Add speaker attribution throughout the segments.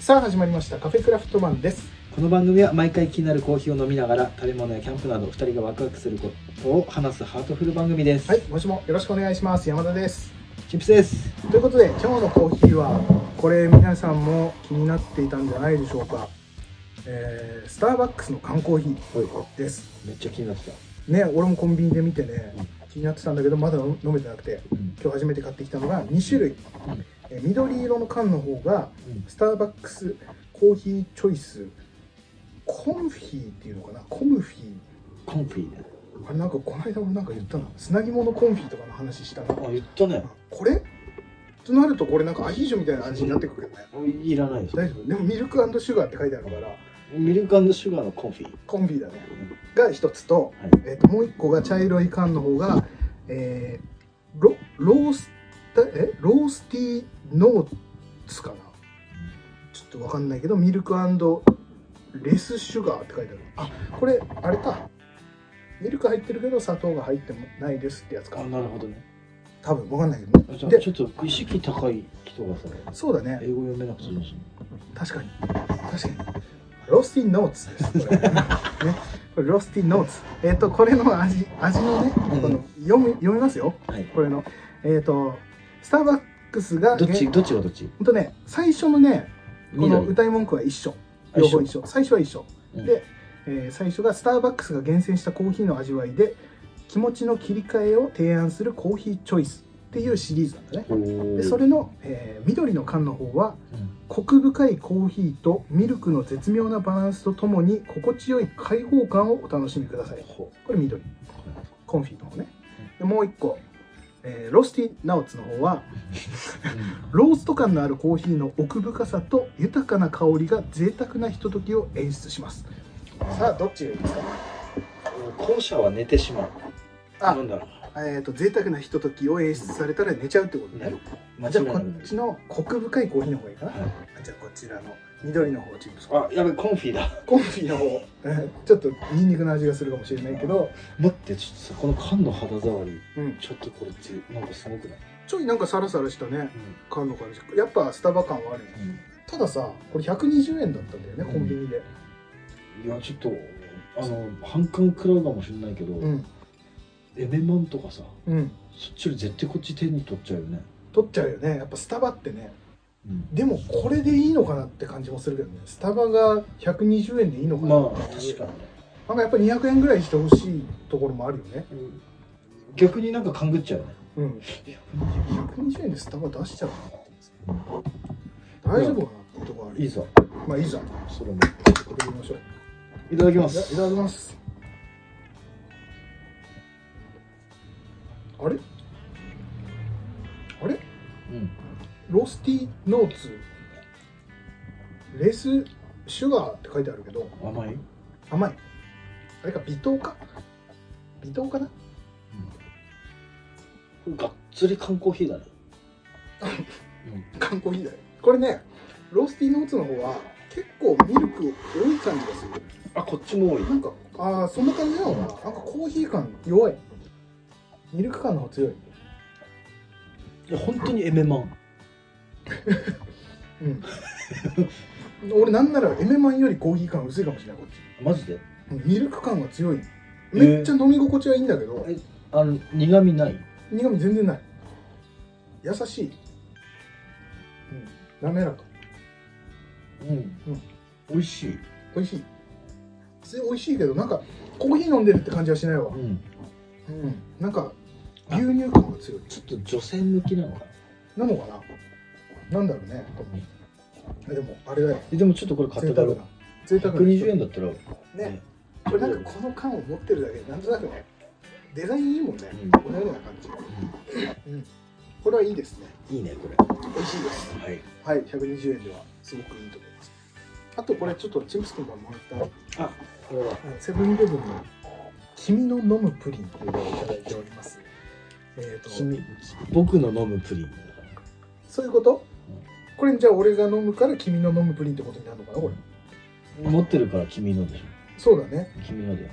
Speaker 1: さあ始まりましたカフェクラフトマンです
Speaker 2: この番組は毎回気になるコーヒーを飲みながら食べ物やキャンプなど2人がワクワクすることを話すハートフル番組です、
Speaker 1: はいもしもよろしくお願いします山田です
Speaker 2: チップスです
Speaker 1: ということで今日のコーヒーはこれ皆さんも気になっていたんじゃないでしょうか、えースターバックスの缶コーヒーです
Speaker 2: めっちゃ気になってた、
Speaker 1: ね俺もコンビニで見てね気になってたんだけどまだ飲めてなくて今日初めて買ってきたのが2種類、えー緑色の缶の方がスターバックスコーヒーチョイスコンフィーっていうのかなコムフィー
Speaker 2: コンフィーね
Speaker 1: あれなんかこの間俺なんか言ったな砂肝のコンフィとかの話したな
Speaker 2: あ言ったね
Speaker 1: これとなるとこれなんかアヒージョみたいな味になってくるけどね
Speaker 2: いいらないです
Speaker 1: 大丈夫でもミルクシュガーって書いてあるから
Speaker 2: ミルクシュガーのコンフィー
Speaker 1: コンフィだねが一つと,、
Speaker 2: はい
Speaker 1: えっともう一個が茶色い缶の方が、えー、ロロースタえロースティーノーツかなちょっとわかんないけどミルクレスシュガーって書いてあるあこれあれかミルク入ってるけど砂糖が入ってもないですってやつか
Speaker 2: あなるほどね
Speaker 1: 多分わかんないけどね
Speaker 2: じゃあ
Speaker 1: で
Speaker 2: ちょっと意識高い人がさ
Speaker 1: そうだね
Speaker 2: 英語読めなくてどうする
Speaker 1: 確かに確かにロースティーノーツですこれねこれロースティーノーツえっ、とこれの味味のね
Speaker 2: うん
Speaker 1: この読み読みますよ
Speaker 2: のはい
Speaker 1: これのえっ、とスターバックスが
Speaker 2: どっち
Speaker 1: え
Speaker 2: どっちがどっち
Speaker 1: ほんとね最初のねこの
Speaker 2: 緑
Speaker 1: 歌い文句は一緒
Speaker 2: あ
Speaker 1: 両方
Speaker 2: 一緒
Speaker 1: 一緒最初は一緒、
Speaker 2: うん
Speaker 1: で、えー最初がスターバックスが厳選したコーヒーの味わいで気持ちの切り替えを提案するコーヒーチョイスっていうシリーズなんだね
Speaker 2: おー
Speaker 1: でそれの、えー緑の缶の方は
Speaker 2: うん
Speaker 1: コク深いコーヒーとミルクの絶妙なバランスとともに心地よい開放感をお楽しみください
Speaker 2: ほ
Speaker 1: これ緑コンフィの方ねでもう一個、えーロスティナオツの方は
Speaker 2: う
Speaker 1: ロースト感のあるコーヒーの奥深さと豊かな香りが贅沢なひとときを演出しますさあどっちがいいですか
Speaker 2: 後者は寝てしまう
Speaker 1: あ
Speaker 2: なんだろ
Speaker 1: えっ、と贅沢なひとときを演出されたら寝ちゃうってこと
Speaker 2: う
Speaker 1: ね
Speaker 2: ね間
Speaker 1: じゃ
Speaker 2: 違
Speaker 1: あ
Speaker 2: いな
Speaker 1: こ
Speaker 2: く
Speaker 1: っちのコク深いコーヒーの方がいいかな、
Speaker 2: はい
Speaker 1: あじゃあこちらの緑の方チップス
Speaker 2: あやべコンフィだ
Speaker 1: コンフィの方ちょっとニンニクの味がするかもしれないけど、
Speaker 2: 待ってちょっとさこの缶の肌触り
Speaker 1: うん、
Speaker 2: ちょっとこれってなんかすごくない、
Speaker 1: ちょいなんかサラサラしたね
Speaker 2: う
Speaker 1: 缶の感じやっぱスタバ感はあるよねたださこれ120円だったんだよね
Speaker 2: うん
Speaker 1: コンビニで
Speaker 2: ん、いやちょっとあの反感食らうかもしれないけど、
Speaker 1: うん
Speaker 2: エメマンとかさ
Speaker 1: うん
Speaker 2: そっちより絶対こっち手に取っちゃうよね、
Speaker 1: 取っちゃうよねやっぱスタバってね
Speaker 2: うん、
Speaker 1: でもこれでいいのかなって感じもするけどねスタバが120円でいいのかな
Speaker 2: まあ
Speaker 1: ってい
Speaker 2: 確
Speaker 1: う
Speaker 2: か
Speaker 1: なんかやっぱ200円ぐらいしてほしいところもあるよね
Speaker 2: に、ね、逆になんか勘ぐっちゃうよね
Speaker 1: うん120円でスタバ出しちゃうかなって大丈夫かなっていうところある
Speaker 2: いいぞ
Speaker 1: まあいいじゃん
Speaker 2: それも
Speaker 1: これ見ましょう
Speaker 2: いただきま
Speaker 1: いやい
Speaker 2: す
Speaker 1: ただきますあれあれ
Speaker 2: うん
Speaker 1: ロスティーノーツレスシュガーって書いてあるけど
Speaker 2: 甘い、
Speaker 1: 甘いあれか微糖か微糖かな
Speaker 2: うん、がっつり缶コーヒーだね、
Speaker 1: 缶コーヒーだよこれねロスティーノーツの方は結構ミルク多い感じがする
Speaker 2: うん、あこっちも多い
Speaker 1: なんかああそんな感じなのかななんかコーヒー感弱いミルク感の方強い
Speaker 2: いや本当にエメマン
Speaker 1: うん、俺なん ならエメマンよりコーヒー感薄いかもしれないこっち
Speaker 2: マジで
Speaker 1: うんミルク感が強い
Speaker 2: えー
Speaker 1: めっちゃ飲み心地はいいんだけど、
Speaker 2: えあの苦味ない
Speaker 1: 苦味全然ない優しい、うん、滑らか
Speaker 2: うん、
Speaker 1: うん
Speaker 2: 美味しい、
Speaker 1: 美味しい普通に美味しいけどなんかコーヒー飲んでるって感じはしないわ
Speaker 2: う、ん、
Speaker 1: うん、なんか牛乳感が強い
Speaker 2: ちょっと女性向きなのかな
Speaker 1: なのかななんだろうねえでもあれだよ
Speaker 2: えでもちょっとこれ買っ
Speaker 1: 贅
Speaker 2: てか
Speaker 1: 沢
Speaker 2: ら
Speaker 1: な贅沢な
Speaker 2: 120円だったら
Speaker 1: ねこれなんかこの缶を持ってるだけでなんとなくねデザインいいもんね、
Speaker 2: うん
Speaker 1: このような感じ、うん、これはいいですね
Speaker 2: いいねこれ
Speaker 1: 美味しいです
Speaker 2: はい
Speaker 1: はい120円ではすごくいいと思いますあとこれちょっとチムス君がもらっ
Speaker 2: あこれは
Speaker 1: たセブンイレブンの「君の飲むプリン」というのをいただいておりますえっ、と
Speaker 2: 君僕の飲むプリン
Speaker 1: そういうことこれじゃあ俺が飲むから君の飲むプリンってことになるのかなこれ
Speaker 2: 持ってるから君のでしょ
Speaker 1: そうだね
Speaker 2: 君ので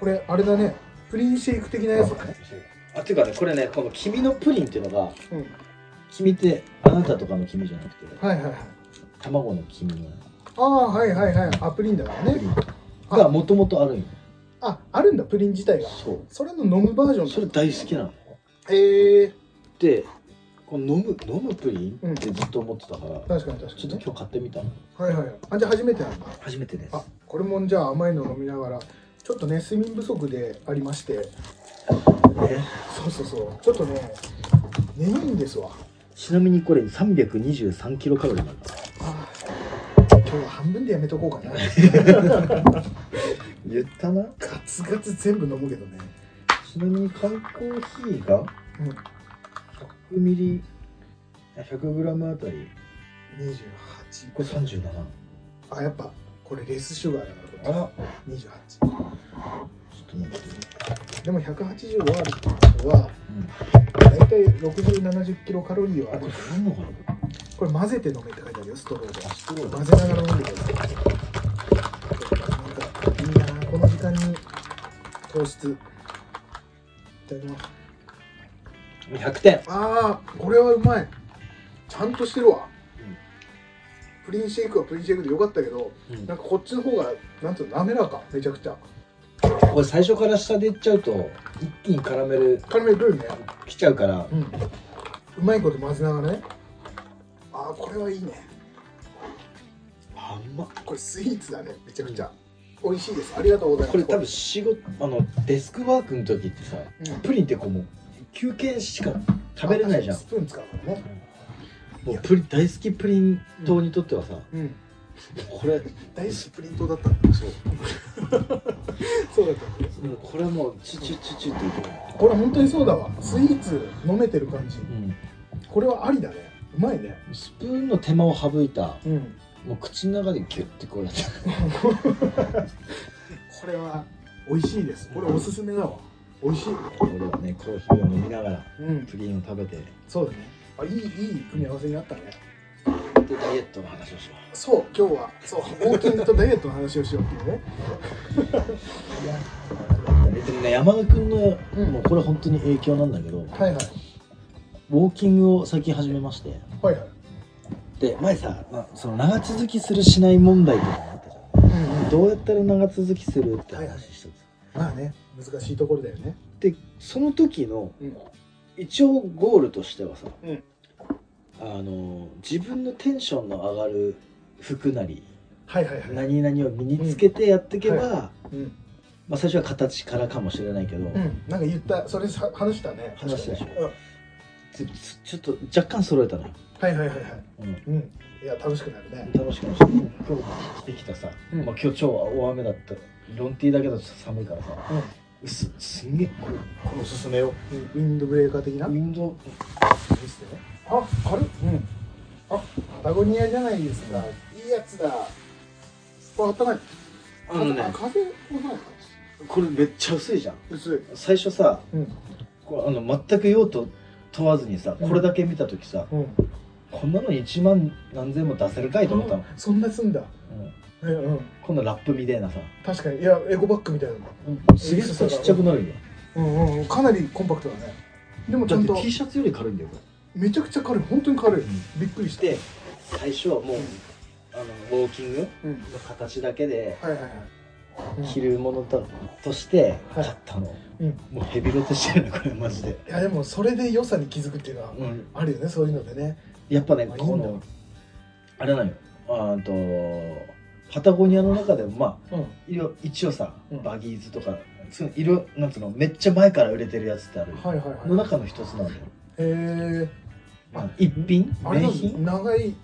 Speaker 1: これあれだねプリンシェイク的なやつだね
Speaker 2: あていうかねこれねこの君のプリンっていうのが
Speaker 1: うん
Speaker 2: 君ってあなたとかの君じゃなくて
Speaker 1: はいはいはい
Speaker 2: 卵の黄身の
Speaker 1: ああはいはいはいあプリンだから
Speaker 2: プ
Speaker 1: ね
Speaker 2: リンがもともとあるんよ
Speaker 1: ああるんだプリン自体が
Speaker 2: そ
Speaker 1: それの飲むバージョン
Speaker 2: う
Speaker 1: だ
Speaker 2: それ大好きなの
Speaker 1: ええ
Speaker 2: でこの飲む飲むプリンって
Speaker 1: う
Speaker 2: ずっと思ってたから、
Speaker 1: 確かに確か
Speaker 2: ち
Speaker 1: に、
Speaker 2: ょっと
Speaker 1: ね、
Speaker 2: 今日買ってみたの
Speaker 1: はいはいはいあじゃあ初めてなんだ
Speaker 2: 初めてです
Speaker 1: あこれもじゃあ甘いの飲みながらちょっとね睡眠不足でありましてそうそうそうちょっとね眠いんですわ
Speaker 2: ちなみにこれ323キロカロリーなんです
Speaker 1: あー今日は半分でやめとこうかな
Speaker 2: 言ったな
Speaker 1: ガツガツ全部飲むけどね
Speaker 2: ちなみに缶コーヒーが
Speaker 1: うん
Speaker 2: 100ミリ100グラムあたり
Speaker 1: 28
Speaker 2: これ37
Speaker 1: あやっぱこれレスシュガーだからこ
Speaker 2: ら
Speaker 1: れ28
Speaker 2: ちょっと待って
Speaker 1: でも180あるってことは
Speaker 2: うん
Speaker 1: 大体6070キロカロリーはあ
Speaker 2: あこ
Speaker 1: る
Speaker 2: れ振んのかな
Speaker 1: これ混ぜて飲めって書いてあるよストローで
Speaker 2: ストローだ
Speaker 1: 混ぜながら飲んでくださいなんかいいなあこの時間に糖質いただきます
Speaker 2: 100点
Speaker 1: あーこれはうまいちゃんとしてるわ、
Speaker 2: うん
Speaker 1: プリンシェイクはプリンシェイクでよかったけど
Speaker 2: うん
Speaker 1: なんかこっちの方がなんつうの滑らかめちゃくちゃ
Speaker 2: これ最初から下でいっちゃうと一気にカラメル
Speaker 1: カラメルくるね
Speaker 2: きちゃうから
Speaker 1: うんうまいこと混ぜながらねああこれはいいね
Speaker 2: あんま
Speaker 1: これスイーツだねめちゃくちゃ、美味しいですありがとうございます
Speaker 2: これ多分仕事あのデスクワークの時ってさ
Speaker 1: うん
Speaker 2: プリンってこうもう休憩しか食べれないじゃん
Speaker 1: スプーン使うからね
Speaker 2: もうプリン大好きプリン党にとってはさ、
Speaker 1: うん
Speaker 2: これ
Speaker 1: 大好きプリントだったんだそう そうだったんだ
Speaker 2: これはもうチュチュチュチュっていけない、
Speaker 1: これ本当にそうだわスイーツ飲めてる感じ
Speaker 2: うん、
Speaker 1: これはありだねうまいね
Speaker 2: スプーンの手間を省いた
Speaker 1: うん
Speaker 2: もう口の中でギュッてこうやって
Speaker 1: これは美味しいですこれおすすめだわ美味しい
Speaker 2: 俺はねコーヒーを飲みながら
Speaker 1: うん
Speaker 2: プリンを食べてで
Speaker 1: そうだねあいいいい組み合わせになったね
Speaker 2: ダイエットの話をしよ
Speaker 1: そう今日はそうウォーキングとダイエットの話をしようっていうね
Speaker 2: ういやでもね山田君の、
Speaker 1: うん
Speaker 2: もうこれ本当に影響なんだけどウ
Speaker 1: はいはい
Speaker 2: ォーキングを最近始めまして
Speaker 1: はいはい
Speaker 2: で前さ、まあ、その長続きするしない問題とかもあったじゃ
Speaker 1: うんうん
Speaker 2: んどうやったら長続きするって話してた
Speaker 1: まあね難しいところだよね
Speaker 2: でその時の
Speaker 1: うん
Speaker 2: 一応ゴールとしてはさ、
Speaker 1: うん
Speaker 2: あの自分のテンションの上がる服なり
Speaker 1: はいはいはい
Speaker 2: 何々を身につけてやっていけば、
Speaker 1: うん
Speaker 2: ま
Speaker 1: うん、
Speaker 2: あ、最初は形からかもしれないけど、
Speaker 1: うん、なんか言ったそれさ話したね
Speaker 2: 話したでしょ
Speaker 1: 確かにうん
Speaker 2: つつちょっと若干揃えたのよ、
Speaker 1: はいはいはいはい
Speaker 2: うん、
Speaker 1: うんいや楽しくなるね
Speaker 2: 楽しくなっちゃった今日着てきたさ、
Speaker 1: うん
Speaker 2: まあ、今日超大雨だったロンティーだけどちょっと寒いからさ
Speaker 1: うん
Speaker 2: うっすすんげえこれこれおすすめよ
Speaker 1: ウィンドブレーカー的な
Speaker 2: ウィンドウ
Speaker 1: あ軽っうんあパタゴニアじゃないですかいいやつだこれあったかい
Speaker 2: あのね
Speaker 1: 風邪もないか
Speaker 2: これめっちゃ薄いじゃん
Speaker 1: 薄い
Speaker 2: 最初さ
Speaker 1: うん
Speaker 2: こうあの全く用途問わずにさ
Speaker 1: うん
Speaker 2: これだけ見た時さ、
Speaker 1: うん
Speaker 2: こんなの1万何千も出せるかいと思ったの、
Speaker 1: そんなすんだ
Speaker 2: うん、
Speaker 1: えうん
Speaker 2: こんなラップみたいなさ、
Speaker 1: 確かにいやエコバッグみたいなの
Speaker 2: すげえちっちゃくなるよ
Speaker 1: うんうんかなりコンパクトだねでもち
Speaker 2: だ
Speaker 1: ゃ
Speaker 2: っ
Speaker 1: ん
Speaker 2: て
Speaker 1: と
Speaker 2: T シャツより軽いんだよこ
Speaker 1: めちゃくちゃ軽い本当に軽い
Speaker 2: れ、うん
Speaker 1: びっくりした
Speaker 2: で最初はもう、あのウォーキング
Speaker 1: うん
Speaker 2: の形だけで
Speaker 1: はいはいはいうん
Speaker 2: 着るものと,、として
Speaker 1: はい
Speaker 2: 買ったの、
Speaker 1: うん
Speaker 2: もうヘビロテしてるねこれマジで、
Speaker 1: いやでもそれで良さに気づくっていうのは
Speaker 2: うん、
Speaker 1: あるよねそういうのでね
Speaker 2: やっぱね
Speaker 1: あいいんだ
Speaker 2: このあれなんよあーとパタゴニアの中でもまあ
Speaker 1: うん
Speaker 2: 色一応さ
Speaker 1: うん
Speaker 2: バギーズとか、その色なんつうのめっちゃ前から売れてるやつってある、
Speaker 1: はいはいはい
Speaker 2: の中の一つなんだよ、
Speaker 1: へえ
Speaker 2: まあ、一品
Speaker 1: あれなん
Speaker 2: 名
Speaker 1: だ
Speaker 2: 品
Speaker 1: 長い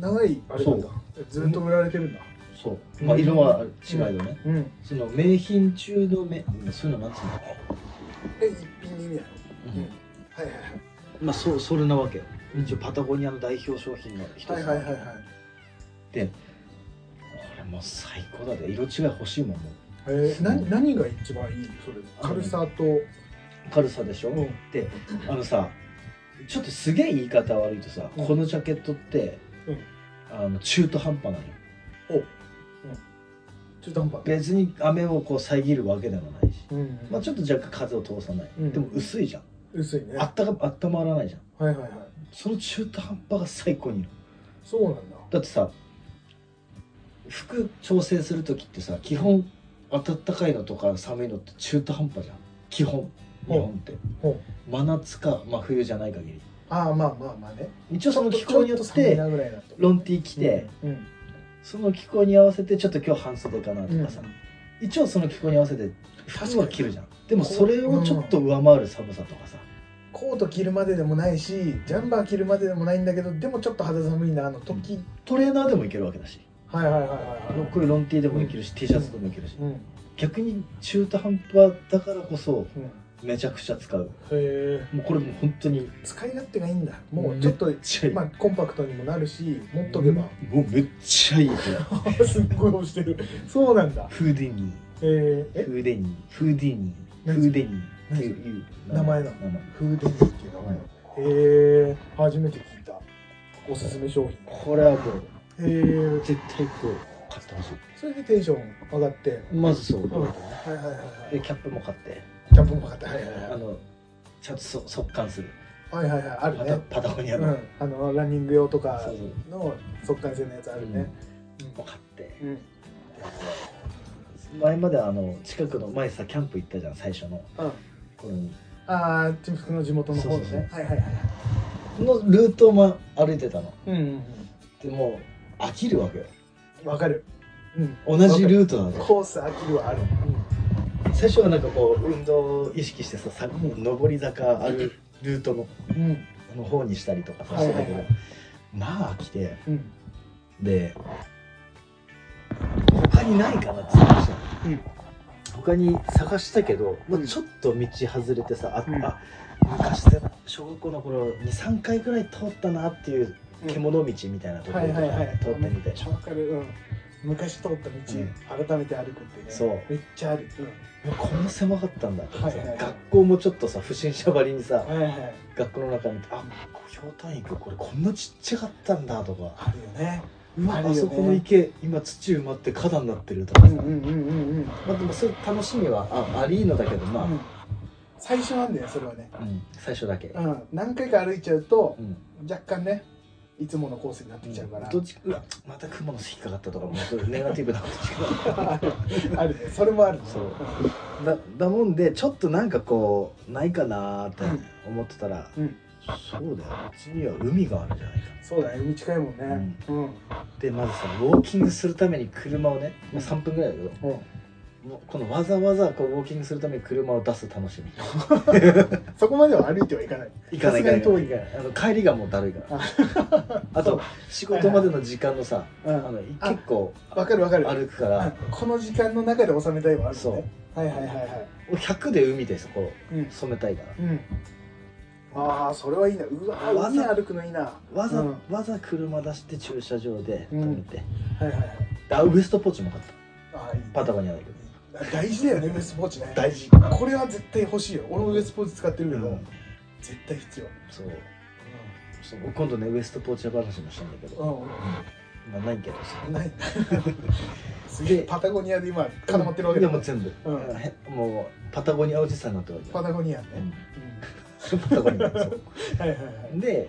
Speaker 1: 長いあれなんだずっと売られてるんだ
Speaker 2: そう、まあ、色は違いどね、
Speaker 1: うん
Speaker 2: その名品中の名そういうのなんつうの、
Speaker 1: え一品に意味ある
Speaker 2: う
Speaker 1: うん
Speaker 2: ん
Speaker 1: はいはいはい
Speaker 2: まあそうそれなわけよ一応パタゴニアの代表商品の一つ、
Speaker 1: はいはいはいはい
Speaker 2: これもう最高だで色違い欲しいもんもう
Speaker 1: えー、な何が一番いいそれ軽さと
Speaker 2: 軽さでしょ、
Speaker 1: うん
Speaker 2: であのさちょっとすげえ言い方悪いとさ、
Speaker 1: うん
Speaker 2: このジャケットって、
Speaker 1: うん
Speaker 2: あの中途半端なのよ
Speaker 1: 中途半端
Speaker 2: 別に雨をこう遮るわけでもないし、
Speaker 1: うんうん
Speaker 2: まあ、ちょっと若干風を通さない、
Speaker 1: うん
Speaker 2: でも薄いじゃん
Speaker 1: 薄いね
Speaker 2: あ
Speaker 1: は
Speaker 2: ったかあったまらないじゃん
Speaker 1: いはいはい
Speaker 2: その中途半端が最高にいいの
Speaker 1: そうなんだ
Speaker 2: だってさ服調整する時ってさ基本暖かいのとか寒いのって中途半端じゃん基本日本って
Speaker 1: ほう
Speaker 2: 真夏か真冬じゃない限
Speaker 1: ああまあまあまあね
Speaker 2: り一応その気候によ
Speaker 1: ちょ
Speaker 2: っ
Speaker 1: と寒い
Speaker 2: て
Speaker 1: なぐらいだと
Speaker 2: ロン T 着て、
Speaker 1: うんうん
Speaker 2: その気候に合わせてちょっと今日半袖かなと
Speaker 1: うん
Speaker 2: かさ、一応その気候に合わせて服は着るじゃんでも
Speaker 1: こう
Speaker 2: それをちょっと上回る寒さとかさ、
Speaker 1: コート着るまででもないしジャンバー着るまででもないんだけどでもちょっと肌寒いなあの時、
Speaker 2: トレーナーでもいけるわけだし
Speaker 1: はいはいはいは
Speaker 2: こういうロン T でもいけるし、T シャツでもいけるし、
Speaker 1: いはいうん
Speaker 2: 逆に中途半端だからこそ
Speaker 1: うんへ
Speaker 2: めちゃくちゃ使う
Speaker 1: え
Speaker 2: もうこれもう本当に
Speaker 1: 使い勝手がいいんだもうちょっと、
Speaker 2: めちゃいい
Speaker 1: まあ、コンパクトにもなるし持っとけば、
Speaker 2: もうめっちゃいいこ れ
Speaker 1: すっごい押してるそうなん だ
Speaker 2: フーディニ
Speaker 1: えー、
Speaker 2: ー
Speaker 1: え
Speaker 2: フーディニーフーディニー
Speaker 1: 何
Speaker 2: フーディニー
Speaker 1: 何
Speaker 2: っていう
Speaker 1: 名前なのフ
Speaker 2: 名前
Speaker 1: ーデニーっていう名前へえー、初めて聞いたおすすめ商品
Speaker 2: これはもう
Speaker 1: へえー、
Speaker 2: 絶対こう買ってほし
Speaker 1: それでテンション上がって
Speaker 2: いまずそう、
Speaker 1: うんはいはいはいはい
Speaker 2: でキャップも買って
Speaker 1: キャップも買ってはいはい
Speaker 2: あ
Speaker 1: は
Speaker 2: のちゃんとそ速乾する
Speaker 1: いはいはいはいある
Speaker 2: パ
Speaker 1: ね
Speaker 2: タパタゴニア
Speaker 1: う
Speaker 2: の、
Speaker 1: ん、あのランニング用とか
Speaker 2: そうそう
Speaker 1: の速乾性のやつあるね。
Speaker 2: もう買って
Speaker 1: うん、
Speaker 2: 前まであの近くの前さキャンプ行ったじゃん最初の
Speaker 1: うん、
Speaker 2: 頃に
Speaker 1: ああ、チムスクの地元の方の
Speaker 2: そうそう
Speaker 1: ね。はいはいはい。
Speaker 2: のルートを、ま、歩いてたの
Speaker 1: うん、うん
Speaker 2: でもう飽きるわけよ
Speaker 1: うん、わかる。うん、
Speaker 2: 同じルートなの
Speaker 1: コース飽きるはある。
Speaker 2: 最初はなんかこう運動を意識してささもう上り坂あるルートの
Speaker 1: うん、うん、
Speaker 2: の方にしたりとかさ
Speaker 1: はい
Speaker 2: して
Speaker 1: はいは
Speaker 2: た
Speaker 1: い
Speaker 2: けど、まあ飽きて
Speaker 1: うん、
Speaker 2: で他にないかなって探したの
Speaker 1: うん
Speaker 2: 他に探したけど、まあ、
Speaker 1: うん
Speaker 2: ちょっと道外れてさあっ
Speaker 1: うん
Speaker 2: た、昔でも小学校の頃23回ぐらい通ったなっていう獣道みたいなとこ
Speaker 1: は
Speaker 2: ろ
Speaker 1: い
Speaker 2: とか
Speaker 1: はいはい。
Speaker 2: 通ってみ
Speaker 1: め
Speaker 2: て
Speaker 1: っちゃわかる。うん。昔通った道、改めて歩くってね。
Speaker 2: そう
Speaker 1: めっちゃある。
Speaker 2: うわこんな狭かったんだってさ、
Speaker 1: はいはいはい
Speaker 2: 学校もちょっとさ不審者ばりにさ
Speaker 1: うん、はいはい。
Speaker 2: 学校の中にあひょうたん池これこんなちっちゃかったんだとか
Speaker 1: あるよね。
Speaker 2: うわ
Speaker 1: あ
Speaker 2: あ,、
Speaker 1: るよね
Speaker 2: そこの池今土埋まって花壇になってるとか
Speaker 1: う
Speaker 2: さ、
Speaker 1: ん、うん、うん、うん、うん。
Speaker 2: まあ、でもそういう楽しみはあありーのだけどま
Speaker 1: うん最初なんだよ、それはね。
Speaker 2: あ、うん最初だけ、
Speaker 1: うん、何回か歩いちゃうと
Speaker 2: う、ん
Speaker 1: 若干ね。いつものコースになってきちゃうから。
Speaker 2: どっちうわまた雲の巣引っかかったとかもうそういうネガティブなことしか
Speaker 1: あるね、 それもあ るね。
Speaker 2: そうだだもんでちょっとなんかこうないかなーって
Speaker 1: うん
Speaker 2: 思ってたら、
Speaker 1: うん
Speaker 2: そうだようちには海があるじゃないか
Speaker 1: そうだね、海近いもんね。うん。
Speaker 2: でまずさウォーキングするために車をね、まあ、3分ぐらいだけど
Speaker 1: うん
Speaker 2: もうこのわざわざこうウォーキングするために車を出す楽しみ
Speaker 1: そこまでは歩いてはいかない。
Speaker 2: 行かない
Speaker 1: さすが
Speaker 2: か
Speaker 1: に遠い
Speaker 2: 行かないあの帰りがもうだるいからあと仕事までの時間のさ
Speaker 1: う
Speaker 2: あの
Speaker 1: ん。
Speaker 2: 結
Speaker 1: あ
Speaker 2: 構
Speaker 1: わかるわかる。
Speaker 2: 歩くか
Speaker 1: うん
Speaker 2: ら
Speaker 1: この時間の中で収めたいはある
Speaker 2: そ
Speaker 1: もん
Speaker 2: う
Speaker 1: ね。はいはいはいはい。
Speaker 2: 俺100で海でそこ
Speaker 1: うん。
Speaker 2: 染めたいから
Speaker 1: うん。ああ、それはいいな。うわ
Speaker 2: わ
Speaker 1: ー、
Speaker 2: ざ
Speaker 1: 海歩くのいいな。は
Speaker 2: わざ、
Speaker 1: うん
Speaker 2: わざ車出して駐車場で止めて、
Speaker 1: いはいはい。
Speaker 2: あウエストポーチも買った
Speaker 1: ああ、いい。
Speaker 2: パタゴニアだけど
Speaker 1: 大事だよね、ウエストポーチね。
Speaker 2: 大事
Speaker 1: これは絶対欲しいよ。俺もウエストポーチ使ってる
Speaker 2: う
Speaker 1: けど
Speaker 2: ん、
Speaker 1: 絶対必要。
Speaker 2: そうそう今度ねウエストポーチの話もしたんだけど、
Speaker 1: う
Speaker 2: ま
Speaker 1: ん。うん
Speaker 2: あ、ないけどさ
Speaker 1: ない すげえパタゴニアで今固まってるわけ
Speaker 2: い
Speaker 1: だ
Speaker 2: やもう全部、
Speaker 1: うん
Speaker 2: へもうパタゴニアおじさんになってるわけ
Speaker 1: パタゴニアね、
Speaker 2: うんパタゴニアそう
Speaker 1: うん、はいはいはい
Speaker 2: で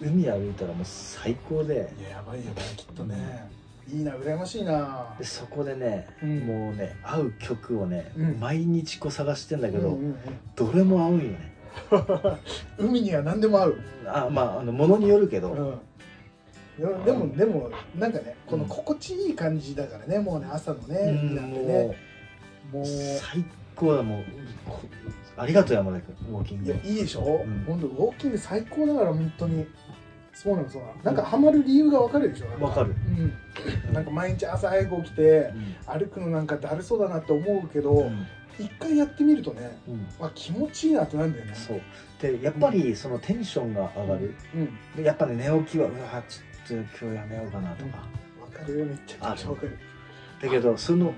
Speaker 2: 海歩いたらもう最高で
Speaker 1: いややばいやばいきっとねいいな羨ましいな
Speaker 2: でそこでね、
Speaker 1: うん
Speaker 2: もうね合う曲をね、
Speaker 1: うん
Speaker 2: 毎日こう探してんだけど、
Speaker 1: うんうんうん
Speaker 2: どれも合うんよね
Speaker 1: 海には何でも合う、
Speaker 2: あまああのものによるけど、
Speaker 1: うんでもでもでもなんかねこの心地いい感じだからねもうね朝のね、
Speaker 2: うん
Speaker 1: なんて
Speaker 2: も
Speaker 1: ね
Speaker 2: う
Speaker 1: もう
Speaker 2: 最高だもうこありがとう山田君ウォーキン
Speaker 1: いや
Speaker 2: グ
Speaker 1: いいでしょ、
Speaker 2: うん
Speaker 1: ほん、本当ウォーキング最高だから本当にそうなのそうなのなんかハマる理由がわかるでしょなん
Speaker 2: わかる、
Speaker 1: うん、なんか毎日朝早く起きて
Speaker 2: うん
Speaker 1: 歩くのなんかだるそうだなって思うけ
Speaker 2: う
Speaker 1: ど
Speaker 2: ん
Speaker 1: 一回やってみるとね
Speaker 2: うん
Speaker 1: あ気持ちいいなってなんだよね
Speaker 2: そうでやっぱりそのテンションが上がる、
Speaker 1: うん
Speaker 2: でやっぱね寝起きはうわちょっと今日やめようかなとか、
Speaker 1: わかるよめっちゃくちゃわかる
Speaker 2: だけどその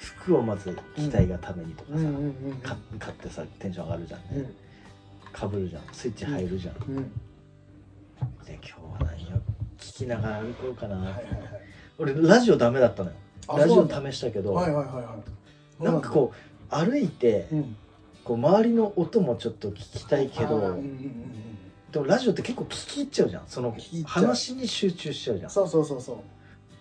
Speaker 2: 服をまず着たいがためにとか
Speaker 1: うん
Speaker 2: さ、
Speaker 1: うんうん
Speaker 2: か買ってさテンション上がるじゃんね、
Speaker 1: うん
Speaker 2: かぶるじゃんスイッチ入るじゃん、
Speaker 1: うん
Speaker 2: で今日は何を聞きながら歩こうかな、
Speaker 1: はいはいはい
Speaker 2: 俺ラジオダメだったのよ
Speaker 1: あ
Speaker 2: ラジ
Speaker 1: そう
Speaker 2: オ
Speaker 1: なんだ
Speaker 2: 試したけど、
Speaker 1: はいはいはいはい
Speaker 2: なんかこう歩いて、
Speaker 1: うん
Speaker 2: こう周りの音もちょっと聞きたいけ
Speaker 1: あー
Speaker 2: ど
Speaker 1: うんうんうん
Speaker 2: でもラジオって結構聞き入っちゃうじゃんその
Speaker 1: 聞き入っちゃう
Speaker 2: 話に集中しちゃうじゃん
Speaker 1: そうそうそうそ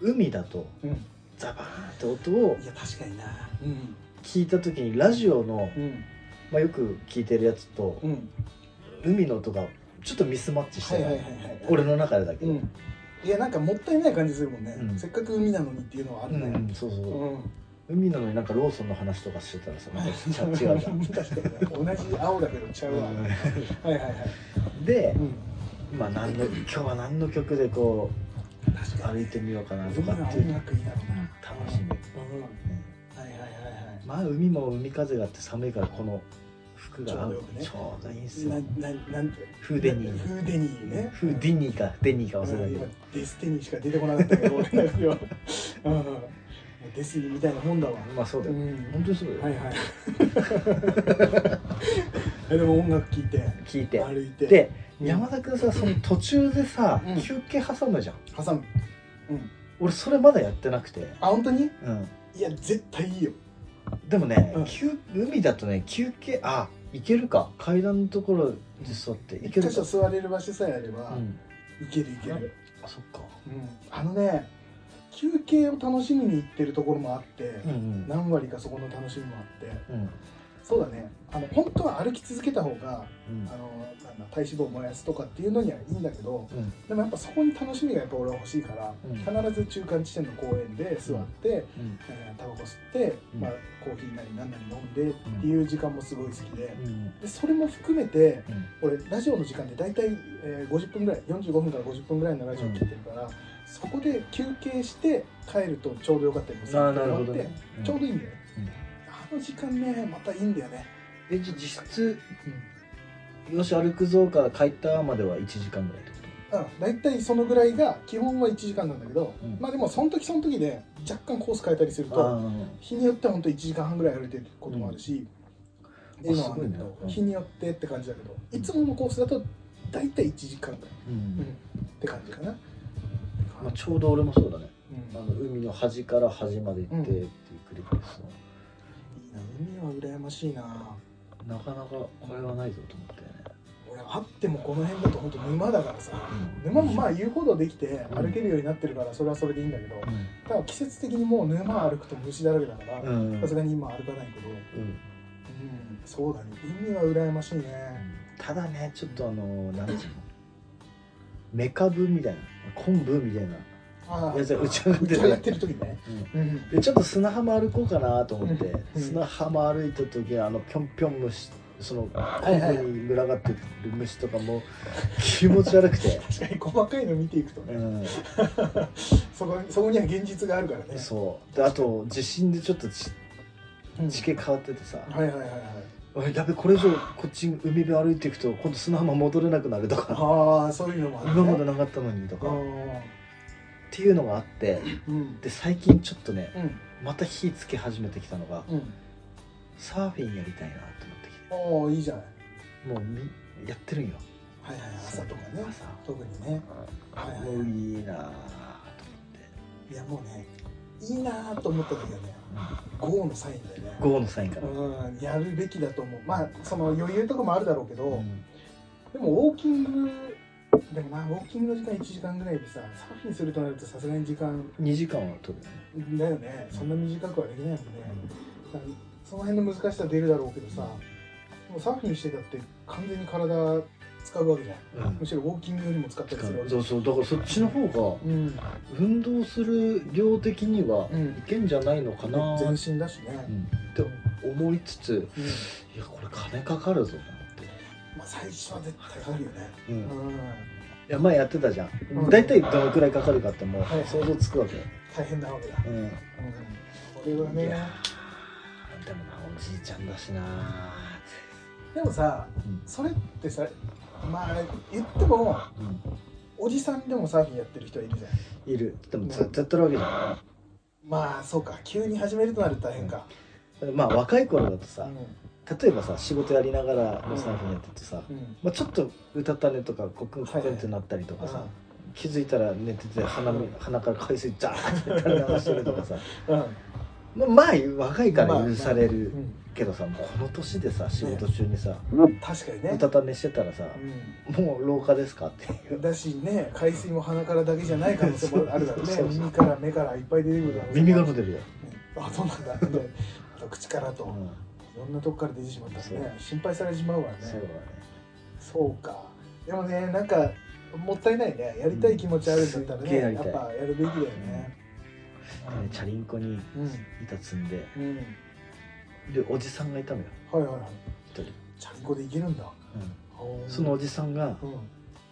Speaker 2: 海だと
Speaker 1: う、うん、
Speaker 2: ザバーンって音を
Speaker 1: いや確かになうん
Speaker 2: 聞いた時にラジオの、
Speaker 1: うん
Speaker 2: まあ、よく聞いてるやつと
Speaker 1: うん
Speaker 2: 海の音がちょっとミスマッチし
Speaker 1: は
Speaker 2: て
Speaker 1: い
Speaker 2: る、
Speaker 1: はいはいはい
Speaker 2: 俺の中でだけ
Speaker 1: う
Speaker 2: ど、
Speaker 1: んいやなんかもったいない感じするもんね、
Speaker 2: うん
Speaker 1: せっかく海なのにっていうのはあ
Speaker 2: う
Speaker 1: るね
Speaker 2: んそうそう、
Speaker 1: うん、
Speaker 2: 海なのになんかローソンの話とかしてたらさなんかちゃ違うじ ゃん、
Speaker 1: 確かに同じ青だけどちゃうわ、はいはいはい
Speaker 2: で
Speaker 1: う、ん
Speaker 2: まあ、何の今日は何の曲でこ
Speaker 1: 確
Speaker 2: う
Speaker 1: かに
Speaker 2: 歩いてみようかなと
Speaker 1: 海
Speaker 2: か
Speaker 1: は
Speaker 2: っていう
Speaker 1: 音楽いいだろうな
Speaker 2: 楽しみ、
Speaker 1: うん
Speaker 2: うん
Speaker 1: はいはいはいはい
Speaker 2: まあ海も海風があって寒いからこの服が合う
Speaker 1: ち
Speaker 2: ちょうどいいんすよ
Speaker 1: なななんて
Speaker 2: フーデニー
Speaker 1: フーデニーね
Speaker 2: フーディニーかデニーか忘れたけ
Speaker 1: 今
Speaker 2: ど
Speaker 1: デスティニーしか出てこなかったけど俺の中では、うん、もうデスティニーみたいなもんだわ、
Speaker 2: まあそう
Speaker 1: う
Speaker 2: だよ本
Speaker 1: ん、
Speaker 2: 当にそうだよ、
Speaker 1: はいはいえでも音楽聴いて
Speaker 2: 聞いて
Speaker 1: 歩いて
Speaker 2: で
Speaker 1: うん
Speaker 2: 山田君さその途中でさ、
Speaker 1: うん
Speaker 2: 休憩挟むじゃん
Speaker 1: 挟む
Speaker 2: 俺それまだやってなくて、
Speaker 1: あ本当に
Speaker 2: うん、
Speaker 1: いや絶対いいよ
Speaker 2: でもね、
Speaker 1: うん
Speaker 2: 休海だとね休憩あ行けるか階段のところで座って行け
Speaker 1: 一
Speaker 2: る
Speaker 1: 箇所
Speaker 2: か、
Speaker 1: 座れる場所さえあれば、
Speaker 2: うん、
Speaker 1: いけるいける、
Speaker 2: あそっか
Speaker 1: あのね休憩を楽しみに行ってるところもあって、
Speaker 2: うんうん
Speaker 1: 何割かそこの楽しみもあって
Speaker 2: うん
Speaker 1: そうだねあの本当は歩き続けた方が
Speaker 2: うん
Speaker 1: あのなんだ体脂肪を燃やすとかっていうのにはいいんだけど
Speaker 2: うん
Speaker 1: でもやっぱそこに楽しみがやっぱ俺は欲しいから、
Speaker 2: うん
Speaker 1: 必ず中間地点の公園で座って、
Speaker 2: うん
Speaker 1: えータバコ吸って、
Speaker 2: うん
Speaker 1: まあ、コーヒーなり何なり飲んでっていう時間もすごい好きで
Speaker 2: うん
Speaker 1: でそれも含めて
Speaker 2: うん
Speaker 1: 俺ラジオの時間で大体、えー50分ぐらい45分から50分ぐらいのラジオ聞いてるから、そこで休憩して帰るとちょうどよかったりもす
Speaker 2: あ
Speaker 1: る
Speaker 2: あなるほど
Speaker 1: って
Speaker 2: ね
Speaker 1: 思って、ちょうどいいんだよね、
Speaker 2: うん
Speaker 1: あの時間ねまたいいんだよね、
Speaker 2: えじゃあ実質
Speaker 1: うん
Speaker 2: よし歩くぞから帰ったまでは1時間ぐらいってこ
Speaker 1: うん、大体そのぐらいが基本は1時間なんだけど、
Speaker 2: うん
Speaker 1: まあでもその時その時で若干コース変えたりする
Speaker 2: と
Speaker 1: と日によっては本当1時間半ぐらい歩いてることもあるし、
Speaker 2: うん
Speaker 1: 今はね
Speaker 2: あすごいねうん
Speaker 1: 日によってって感じだけどいつものコースだと大体1時間ぐらい、
Speaker 2: うん
Speaker 1: って感じかな、
Speaker 2: まあ、ちょうど俺もそうだね
Speaker 1: うん
Speaker 2: あの海の端から端まで行ってっていう繰り返しの、
Speaker 1: いいな海は羨ましいな
Speaker 2: なかなかこれはないぞと思ったよね、
Speaker 1: 俺あってもこの辺だと本当沼だからさ沼もまあ言うほどできて
Speaker 2: うん
Speaker 1: 歩けるようになってるからそれはそれでいいんだけど
Speaker 2: う
Speaker 1: ただ季節的にもう沼歩くと虫だらけだから
Speaker 2: んうん
Speaker 1: さすがに今は歩かないけど、
Speaker 2: うん
Speaker 1: うん、そうだね海は羨ましいね
Speaker 2: ただねちょっとあの何ていうのメカブみたいな昆布みたいな、
Speaker 1: ああ
Speaker 2: いやじゃあ打ち上がって
Speaker 1: 打
Speaker 2: て
Speaker 1: ち上がってる時ねうん
Speaker 2: でちょっと砂浜歩こうかなと思って、
Speaker 1: うん
Speaker 2: 砂浜歩いた時あのぴょんぴょん虫その
Speaker 1: い
Speaker 2: 昆
Speaker 1: はい
Speaker 2: 布に群がってる虫とかも気持ち悪くて、
Speaker 1: 確かに細かいの見ていくと
Speaker 2: う
Speaker 1: ね、
Speaker 2: ん、
Speaker 1: そこそこには現実があるからね
Speaker 2: そうであと地震でちょっとち
Speaker 1: うん
Speaker 2: 地形変わっててさ
Speaker 1: はいはいはいはい
Speaker 2: 「おいやべこれ以上こっち海辺歩いていくと今度砂浜戻れなくなる」とか
Speaker 1: ああそういうの
Speaker 2: 「
Speaker 1: もある
Speaker 2: 今までなかったのに」と
Speaker 1: う
Speaker 2: かっ
Speaker 1: ん
Speaker 2: ていうのがあって
Speaker 1: うん
Speaker 2: で最近ちょっとね
Speaker 1: うん
Speaker 2: また火つけ始めてきたのが
Speaker 1: うん
Speaker 2: サーフィンやりたいなと思
Speaker 1: お
Speaker 2: ってき
Speaker 1: ーいいじゃない
Speaker 2: てもうみやってるんよ
Speaker 1: はいはい朝とかね
Speaker 2: 朝
Speaker 1: 特にねはいはい
Speaker 2: もういいなぁと思って
Speaker 1: いやもうねいいなーと思った時はね GO のサインだよね
Speaker 2: ゴーのサインから、
Speaker 1: うんやるべきだと思うまあその余裕とかもあるだろうけど、
Speaker 2: うん
Speaker 1: でもウォーキングでもなウォーキングの時間1時間ぐらいでさサーフィンするとなるとさすがに時間
Speaker 2: 2時間は取るよね
Speaker 1: だよねそんな短くはできないもんねだからその辺の難しさ出るだろうけどさもうサーフィンしてたって完全に体使うわけじゃんむしろウォーキングよりも使ったりするわけじ
Speaker 2: そ
Speaker 1: ゃん
Speaker 2: うそうだからそっちの方が
Speaker 1: うん
Speaker 2: 運動する量的には
Speaker 1: うん
Speaker 2: いけんじゃないのかなぁ
Speaker 1: 全身だしね、
Speaker 2: うんって思いつつ
Speaker 1: うん
Speaker 2: いやこれ金かかるぞと思って、
Speaker 1: まあ、最初は絶対かかるよね
Speaker 2: う、
Speaker 1: うん
Speaker 2: い
Speaker 1: ん
Speaker 2: や前やってたじゃ
Speaker 1: うん
Speaker 2: ん大体どのくらいかかるかってもう
Speaker 1: はい
Speaker 2: 想像つくわけ、
Speaker 1: 大変なわけだ、
Speaker 2: うん、
Speaker 1: うん、これ
Speaker 2: い
Speaker 1: はね
Speaker 2: やーでもなおじいちゃんだしな
Speaker 1: でもさ
Speaker 2: ーうん
Speaker 1: それってさまあ言っても
Speaker 2: うん
Speaker 1: おじさんでもサーフィンやってる人はいるじゃん
Speaker 2: いるでもずっとやってるわけじゃ
Speaker 1: まあそうか急に始めるとなると大変か、
Speaker 2: んまあ若い頃だと
Speaker 1: う
Speaker 2: さ
Speaker 1: ん
Speaker 2: 例えばさ仕事やりながらのサーフィンやっててさ、
Speaker 1: うん
Speaker 2: まあ、ちょっとうたたねとかコクンコクンってなったりとかさ、気づいたら寝てて鼻み鼻から海水ザーって垂れ流してるとかさ
Speaker 1: うん
Speaker 2: ま前若いか
Speaker 1: ま
Speaker 2: ら
Speaker 1: あ
Speaker 2: 許される
Speaker 1: うん
Speaker 2: けどさ、もうこの年でさ仕事中にさ、
Speaker 1: 確かに
Speaker 2: う
Speaker 1: ね
Speaker 2: たた寝してたらさ、もう老化ですかっていううん
Speaker 1: だしね海水も鼻からだけじゃない可能性もあるだろうね
Speaker 2: そうそうそう
Speaker 1: 耳から目からいっぱい出てくるだろう
Speaker 2: 耳が出てるよ、
Speaker 1: あそうなんだみたいなあと口からと、
Speaker 2: う
Speaker 1: い
Speaker 2: ん
Speaker 1: ろんなとこから出てしまったらね心配されてしまうわね
Speaker 2: そうだね
Speaker 1: そうかでもねなんかもったいないねやりたい気持ちあるんだったら
Speaker 2: すっげ
Speaker 1: ね、
Speaker 2: えやり
Speaker 1: や
Speaker 2: た
Speaker 1: っ
Speaker 2: い
Speaker 1: ぱやるべきだよね
Speaker 2: だからねチャリンコに
Speaker 1: うん
Speaker 2: 板積んで
Speaker 1: うん
Speaker 2: でおじさんがいたのよ
Speaker 1: はいはいはい
Speaker 2: 一人、
Speaker 1: チャリンコで行けるんだおー
Speaker 2: そのおじさんが
Speaker 1: うん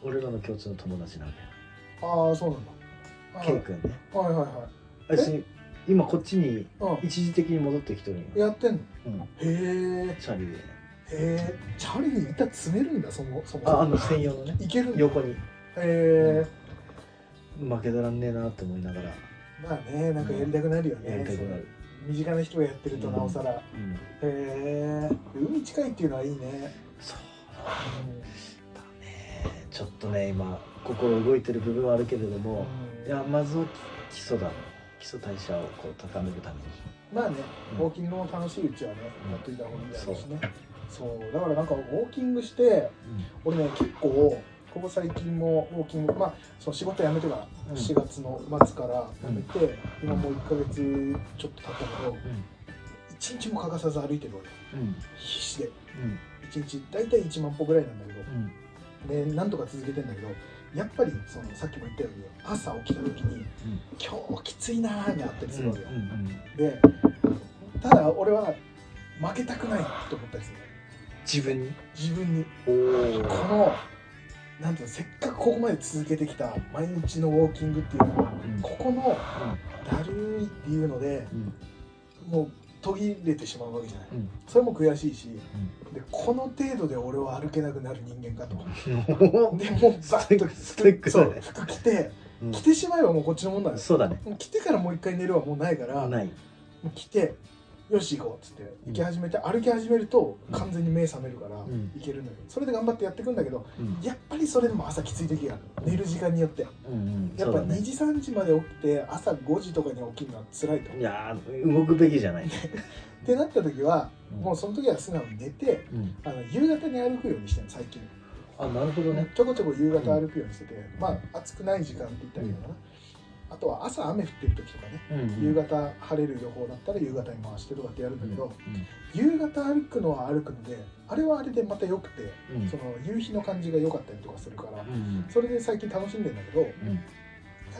Speaker 2: 俺らの共通の友達なわ
Speaker 1: ああそうなんだあー
Speaker 2: けよ K 君ね
Speaker 1: はいはいは
Speaker 2: あいつに今こっちに
Speaker 1: い
Speaker 2: 一時的に戻ってきてる
Speaker 1: うん
Speaker 2: よ、
Speaker 1: やってんの
Speaker 2: うん、
Speaker 1: へえ
Speaker 2: チャリで
Speaker 1: へえチャリに板詰めるんだそのそも
Speaker 2: ああの専用のね
Speaker 1: いけるんだ
Speaker 2: 横に
Speaker 1: へえ
Speaker 2: 負けだらんねえなって思いながら
Speaker 1: まあねなんかやりたくなるよね、
Speaker 2: やりたくなる、
Speaker 1: 身近な人がやってるとなおさら、へ
Speaker 2: うん、
Speaker 1: え海近いっていうのはいいね、
Speaker 2: そうだねちょっとね今心動いてる部分はあるけれど
Speaker 1: うん
Speaker 2: もいやまずは基礎だね基礎代謝をこう高めるために
Speaker 1: まあね
Speaker 2: うん
Speaker 1: ウォーキングも楽しいうちはね
Speaker 2: うん
Speaker 1: やっといた方がいいだろうしね、そうだからなんかウォーキングして
Speaker 2: う
Speaker 1: 俺ね結構ここ最近もウォーキングまあその仕事辞めてから
Speaker 2: うん
Speaker 1: 4月の末から辞めて、今もう1ヶ月ちょっと経ったけど
Speaker 2: ん
Speaker 1: 一日も欠かさず歩いてる俺
Speaker 2: うん
Speaker 1: 必死で
Speaker 2: うん
Speaker 1: 1日大体1万歩ぐらいなんだけど
Speaker 2: うん
Speaker 1: でなんとか続けてんだけどやっぱりそのさっきも言ったように朝起きた時に今日きついなーがあったりするわけよ、でただ俺は負けたくないと思ったりする
Speaker 2: 自分に
Speaker 1: 自分に
Speaker 2: おお
Speaker 1: このなんていうのせっかくここまで続けてきた毎日のウォーキングっていうのは、
Speaker 2: うん
Speaker 1: ここのだるいっていうので
Speaker 2: うん
Speaker 1: もう途切れてしまうわけじゃない
Speaker 2: うん
Speaker 1: それも悔しいし、でこの程度で俺は歩けなくなる人間かとでもうバッと
Speaker 2: ストイック
Speaker 1: そ
Speaker 2: だ
Speaker 1: う
Speaker 2: ね
Speaker 1: 服着て
Speaker 2: うん
Speaker 1: 着てしまえばもうこっちのもんなんです
Speaker 2: そうだね
Speaker 1: もう着てからもう一回寝るはもうないからも
Speaker 2: ない、
Speaker 1: う着てよし行こうっつって行き始めて歩き始めると完全に目覚めるから
Speaker 2: ん
Speaker 1: 行けるんだけどそれで頑張ってやっていくんだけど
Speaker 2: うん
Speaker 1: やっぱりそれでも朝きつい時がある寝る時間によって
Speaker 2: うん、
Speaker 1: や
Speaker 2: そ
Speaker 1: っぱ
Speaker 2: うだ
Speaker 1: 2
Speaker 2: ね
Speaker 1: 時3時まで起きて朝5時とかに起きるのは辛いとっ
Speaker 2: いやー動くべきじゃない
Speaker 1: てなった時はもうその時は素直に寝て
Speaker 2: うん、
Speaker 1: あの夕方に歩くようにしてる最近
Speaker 2: あなるほどね
Speaker 1: ちょこちょこ夕方歩くようにしてて、まあ暑くない時間って言ったらいいのかな、あとは朝雨降ってる時とかね夕方晴れる予報だったら夕方に回してとかってやるんだけど、夕方歩くのは歩くのであれはあれでまた良くて
Speaker 2: うん
Speaker 1: その夕日の感じが良かったりとかするから
Speaker 2: うん
Speaker 1: それで最近楽しんでんだけど
Speaker 2: うん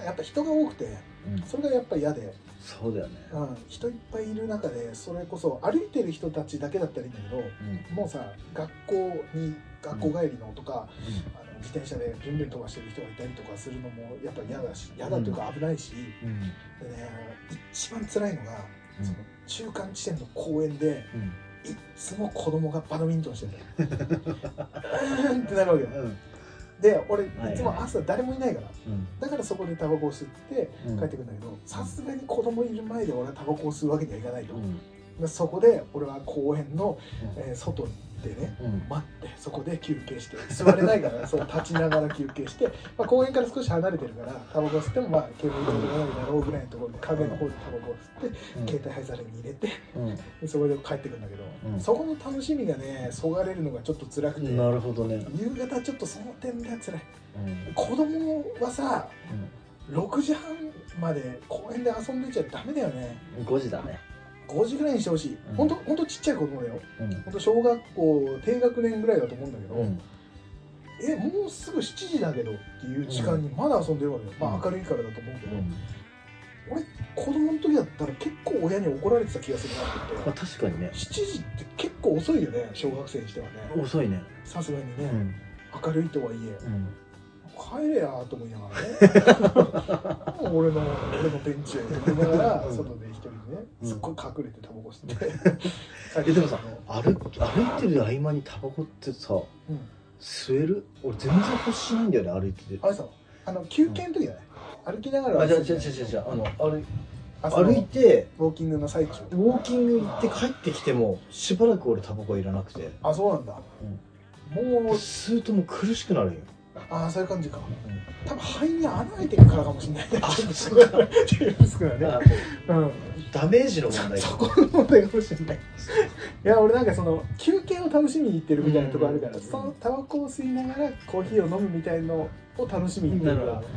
Speaker 1: やっぱ人が多くて
Speaker 2: うん
Speaker 1: それがやっぱ嫌で、
Speaker 2: そうだよね
Speaker 1: うん、人いっぱいいる中でそれこそ歩いてる人たちだけだったらいいんだけど
Speaker 2: うん
Speaker 1: もうさ学校に学校帰りのとか、あの自転車でビュンビュン飛ばしてる人がいたりとかするのもやっぱ嫌だし嫌だというか危ないし、
Speaker 2: うん
Speaker 1: でね一番辛いのが、
Speaker 2: うん
Speaker 1: その中間地点の公園で
Speaker 2: うん
Speaker 1: いっつも子供がバドミントンしてるうー んってなるわけよ
Speaker 2: うん
Speaker 1: で俺い
Speaker 2: はい
Speaker 1: つも朝誰もいないから
Speaker 2: うん
Speaker 1: だからそこでタバコを吸って
Speaker 2: うん
Speaker 1: 帰ってくるんだけどさすがに子供いる前で俺はタバコを吸うわけにはいかないと、
Speaker 2: うん
Speaker 1: でそこで俺は公園の、えー外でね
Speaker 2: うん
Speaker 1: 待ってそこで休憩して座れない からそう立ちながら休憩して、まあ、公園から少し離れてるからタバコ吸ってもまあ煙取れないだろうぐらいのところで影の方でタバコを吸って携帯灰皿に入れて
Speaker 2: うん
Speaker 1: でそこで帰ってくるんだけど、
Speaker 2: うん
Speaker 1: そこの楽しみがねそがれるのがちょっと辛くて、
Speaker 2: なるほどね
Speaker 1: 夕方ちょっとその点が辛い
Speaker 2: うん
Speaker 1: 子供はさ6時半まで公園で遊んでちゃダメだよね
Speaker 2: うん5時だね
Speaker 1: 5時ぐらいにしてほしい
Speaker 2: うん
Speaker 1: ほんとほんとちっちゃい子供だよ
Speaker 2: うん
Speaker 1: ほんと小学校低学年ぐらいだと思うんだけど、
Speaker 2: うん
Speaker 1: えもうすぐ7時だけどっていう時間にまだ遊んでるわけよ、まあ明るいからだと思うけど、子供の時だったら結構親に怒られてた気がするなって
Speaker 2: まあ確かにね
Speaker 1: 7時って結構遅いよね小学生にしてはね
Speaker 2: 遅いね
Speaker 1: さすがに
Speaker 2: う
Speaker 1: ね、
Speaker 2: ん
Speaker 1: 明るいとはいえ
Speaker 2: うん
Speaker 1: 帰れやと思いながらね 俺の俺のベンチへと思いながら
Speaker 2: うん
Speaker 1: 外で一人でね
Speaker 2: うん
Speaker 1: すっごい隠れてタバコ吸って
Speaker 2: えでもさ歩き歩いてる合間にタバコってさ
Speaker 1: うん
Speaker 2: 吸える俺全然欲しないんだよね歩いてて
Speaker 1: あれさあの休憩の時だね歩きながら
Speaker 2: あじゃあじゃあじゃあじゃあじゃああの歩い
Speaker 1: あその
Speaker 2: 歩いて
Speaker 1: ウォーキングの最中
Speaker 2: ウォーキング行って帰ってきてもしばらく俺タバコいらなくて
Speaker 1: あそうなんだ、もう
Speaker 2: 吸うともう苦しくなるよ
Speaker 1: ああそういう感じか
Speaker 2: うん
Speaker 1: 多分肺に穴開いてるからかもしれないね
Speaker 2: あ
Speaker 1: そこから違いますからね
Speaker 2: あもう
Speaker 1: うん
Speaker 2: ダメージの問題
Speaker 1: そこの問題かもしれないいや俺なんかその休憩を楽しみに行ってるみたいなとこあるから、
Speaker 2: うん
Speaker 1: そのタバコを吸いながらコーヒーを飲むみたいのを楽しみに行って
Speaker 2: な
Speaker 1: る
Speaker 2: る
Speaker 1: か
Speaker 2: ほ
Speaker 1: ら
Speaker 2: ど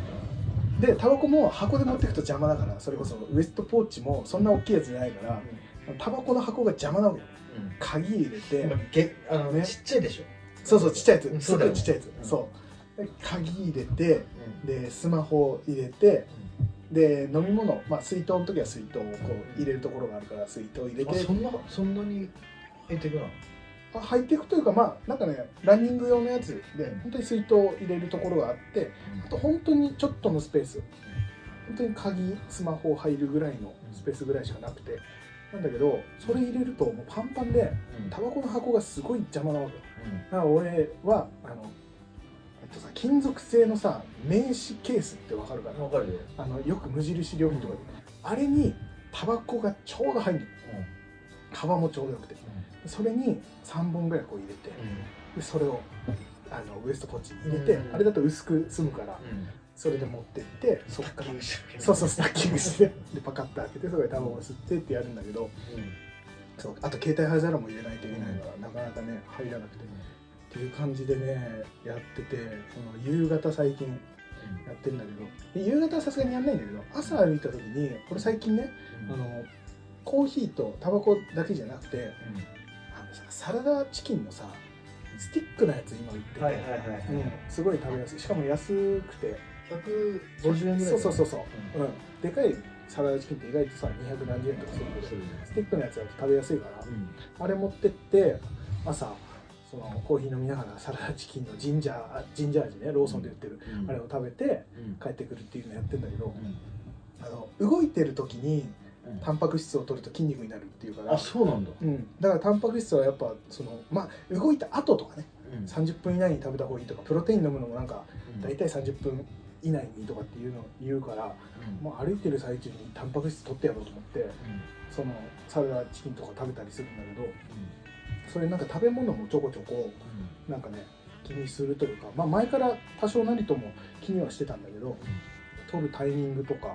Speaker 1: でタバコも箱で持ってくと邪魔だからそれこそウエストポーチもそんな大きいやつじゃないからタバコの箱が邪魔なわけよ
Speaker 2: うん
Speaker 1: 鍵入れて、
Speaker 2: 今げあの
Speaker 1: ね
Speaker 2: ねちっちゃいでしょ
Speaker 1: そうそうちっちゃいや
Speaker 2: うん
Speaker 1: つす
Speaker 2: そうだ
Speaker 1: ご
Speaker 2: よ
Speaker 1: いちっちゃいやつ、
Speaker 2: うん
Speaker 1: そうで鍵入れてでスマホ入れてで飲み物、まあ、水筒の時は水筒をこう入れるところがあるから水筒入れ
Speaker 2: あ
Speaker 1: て
Speaker 2: そんなそんなにえてくな
Speaker 1: まあ、ハイテクというかまあなんかねランニング用のやつで本当に水筒を入れるところがあってあと本当にちょっとのスペース本当に鍵スマホ入るぐらいのスペースぐらいしかなくてなんだけどそれ入れるともうパンパンで
Speaker 2: うん
Speaker 1: タバコの箱がすごい邪魔なわけよだから俺はあのえっとさ金属製のさ名刺ケースってわかるかな
Speaker 2: うんわかるよ
Speaker 1: あのよく無印良品とかであれにタバコがちょうど入るの皮もちょうどよくてそれに3本ぐらいこう入れて、でそれをあのウエストポーチに入れて、
Speaker 2: うん
Speaker 1: あれだと薄く済むからそれで持ってってそっからそうそうスタッキングしてでパカッと開けてそこでタバコを吸ってってやるんだけどそうあと携帯灰皿も入れないといけないから、なかなかね入らなくてっていう感じでねやっててその夕方最近やってるんだけどで夕方はさすがにやんないんだけど朝歩いた時にこれ最近ねあのコーヒーとタバコだけじゃなくてあのさサラダチキンのさスティックなやつ今売ってて、
Speaker 2: はいはいはいは
Speaker 1: うん
Speaker 2: い、
Speaker 1: すごい食べやすいしかも安くて
Speaker 2: 150円ぐらい
Speaker 1: そうそうそうそう、
Speaker 2: う
Speaker 1: うん、でかいサラダチキンって意外とさ200何十円とかするけどスティックのやつだと食べやすいから、あれ持ってって朝そのコーヒー飲みながらサラダチキンのジンジャーあジンジャー味ねローソンで売ってる、あれを食べて帰ってくるっていうのやってんだけどあの動いてる時にタンパク質を取ると筋肉になるっていうから
Speaker 2: あそうなんだ
Speaker 1: うん、だからタンパク質はやっぱそのまあ動いた後とかね30分以内に食べた方がいいとかプロテイン飲むのもなんか大体30分以内にとかっていうのを言うからもう歩いてる最中にタンパク質取ってやろうと思ってそのサラダチキンとか食べたりするんだけどそれなんか食べ物もちょこちょこなんかね気にするというかまあ前から多少なりとも気にはしてたんだけど取るタイミングとか